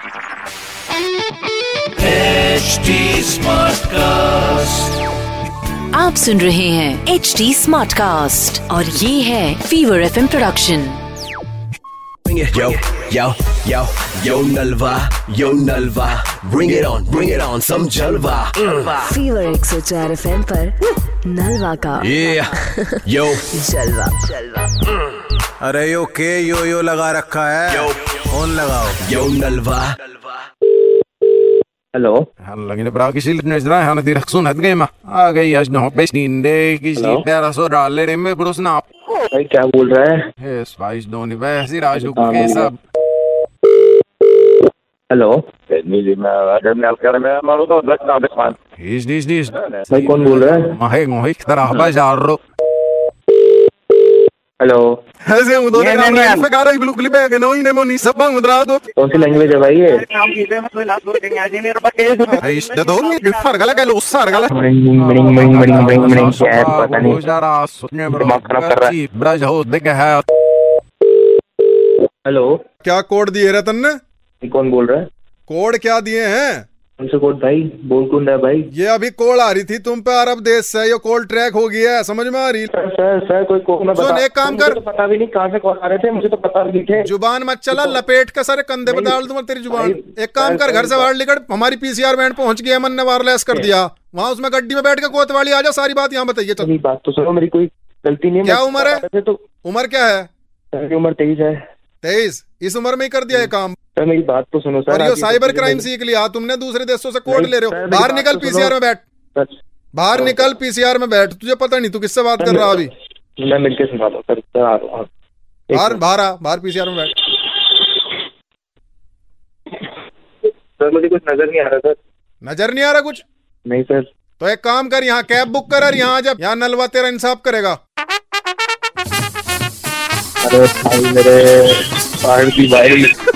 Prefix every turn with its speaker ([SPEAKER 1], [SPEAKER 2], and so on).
[SPEAKER 1] HD Smartcast.
[SPEAKER 2] आप सुन रहे हैं एच डी स्मार्ट कास्ट और ये है fever F production
[SPEAKER 3] Bring it, yo, yo, yo, yo Nalva, yo Nalva, bring it on, bring it on, some Jalva. Mm.
[SPEAKER 2] Fever एक सौ चार एफ एम नलवा का
[SPEAKER 3] Yeah, yo,
[SPEAKER 2] जलवा
[SPEAKER 4] अरे यो के यो यो लगा रखा है
[SPEAKER 3] Yo.
[SPEAKER 4] फोन लगाओ
[SPEAKER 3] yo Nalva.
[SPEAKER 5] Hello
[SPEAKER 4] هلا قلب راكش اللي بنزرعها انا دير خصون هاد قيمة اه جاي اشنو بيش دين دي كيش دي
[SPEAKER 5] Hello?
[SPEAKER 4] بيرا سورا اللي رمي بروسنا
[SPEAKER 5] भाई क्या बोल रहा है
[SPEAKER 4] هيس بايش دوني بايش دير عاشو
[SPEAKER 5] हाँ,
[SPEAKER 4] كيسا
[SPEAKER 5] हेलो भाई
[SPEAKER 4] هيش ديش ديش
[SPEAKER 5] कौन बोल रहा है हाँ।
[SPEAKER 4] ما هيك ما هيك ترى باش عرو
[SPEAKER 5] हेलो
[SPEAKER 4] هزي ودوني
[SPEAKER 5] Yeah,
[SPEAKER 4] رامنا
[SPEAKER 5] yeah, yeah.
[SPEAKER 4] يفك عرق بلوك لباك نوي نموني سبا مدرادو
[SPEAKER 5] कौन सी लैंग्वेज है भाई ये
[SPEAKER 4] هيش ده دوني بيفرق لك اللي قصار قال
[SPEAKER 5] मरिंग मरिंग मरिंग मरिंग मरिंग मरिंग क्या है पता नहीं दिमाग खराब कर रहा है।
[SPEAKER 4] برج هو دقة ها
[SPEAKER 5] हेलो
[SPEAKER 6] क्या कोड दिए रे तन्ने
[SPEAKER 5] ये कौन बोल रहा है
[SPEAKER 6] कोड क्या दिए हैं
[SPEAKER 5] कौन सा कोड भाई बोल कौन रहा है भाई
[SPEAKER 6] ये अभी कॉल आ रही थी तुम पे अरब देश से ये कॉल ट्रैक हो गई है समझ में आ रही
[SPEAKER 5] सर सर सर कोई कोड मैं
[SPEAKER 6] सुन,
[SPEAKER 5] बता
[SPEAKER 6] एक काम
[SPEAKER 5] मुझे
[SPEAKER 6] कर।
[SPEAKER 5] तो पता भी नहीं कहाँ से कॉल आ रहे थे मुझे तो पता भी नहीं थे
[SPEAKER 6] जुबान मत चला लपेट के सारे कंधे पे
[SPEAKER 5] नहीं,
[SPEAKER 6] डाल दूंगा तेरी जुबान
[SPEAKER 5] भाई,
[SPEAKER 6] एक काम
[SPEAKER 5] भाई,
[SPEAKER 6] कर घर से
[SPEAKER 5] भाई,
[SPEAKER 6] बाहर निकल हमारी पीसीआर बैंड पहुंच गई अमन ने वायरलेस कर दिया वहां उसमें गड्डी में बैठ के कोतवाली आ जा सारी बात यहाँ बताइए चल
[SPEAKER 5] मेरी बात तो सुनो मेरी कोई गलती नहीं है
[SPEAKER 6] क्या
[SPEAKER 5] मैं-
[SPEAKER 6] उम्र है?
[SPEAKER 5] वैसे तो
[SPEAKER 6] उम्र क्या है
[SPEAKER 5] सर की उम्र तेईस है
[SPEAKER 6] तेईस इस उम्र में ही कर दिया ये काम
[SPEAKER 5] सर मेरी बात तो सुनो सर
[SPEAKER 6] और ये
[SPEAKER 5] आप
[SPEAKER 6] साइबर
[SPEAKER 5] ये-
[SPEAKER 6] क्राइम सीख लिया तुमने दूसरे देशों से कोड
[SPEAKER 5] नहीं,
[SPEAKER 6] ले रहे
[SPEAKER 5] सर,
[SPEAKER 6] हो
[SPEAKER 5] मेरी
[SPEAKER 6] बाहर
[SPEAKER 5] बात
[SPEAKER 6] निकल
[SPEAKER 5] तो सुनो।
[SPEAKER 6] पीसीआर में बैठ
[SPEAKER 5] सर
[SPEAKER 6] बाहर निकल पीसीआर में बैठ तुझे पता नहीं तू किससे बात कर रहा अभी
[SPEAKER 5] मैं मिलके सुनाता हूँ सर सर आ रहा हूँ एक
[SPEAKER 6] बाहर
[SPEAKER 5] मिनट।
[SPEAKER 6] बाहर आ बाहर पीसीआर में बैठ
[SPEAKER 5] सर मुझे कुछ नजर नहीं आ रहा सर
[SPEAKER 6] नजर नहीं आ रहा कुछ
[SPEAKER 5] नहीं सर
[SPEAKER 6] तो एक काम कर यहाँ कैब बुक कर और यहाँ जब यहाँ नलवा तेरा इंसाफ करेगा
[SPEAKER 5] अरे भाई मेरे बाढ़ दी भाई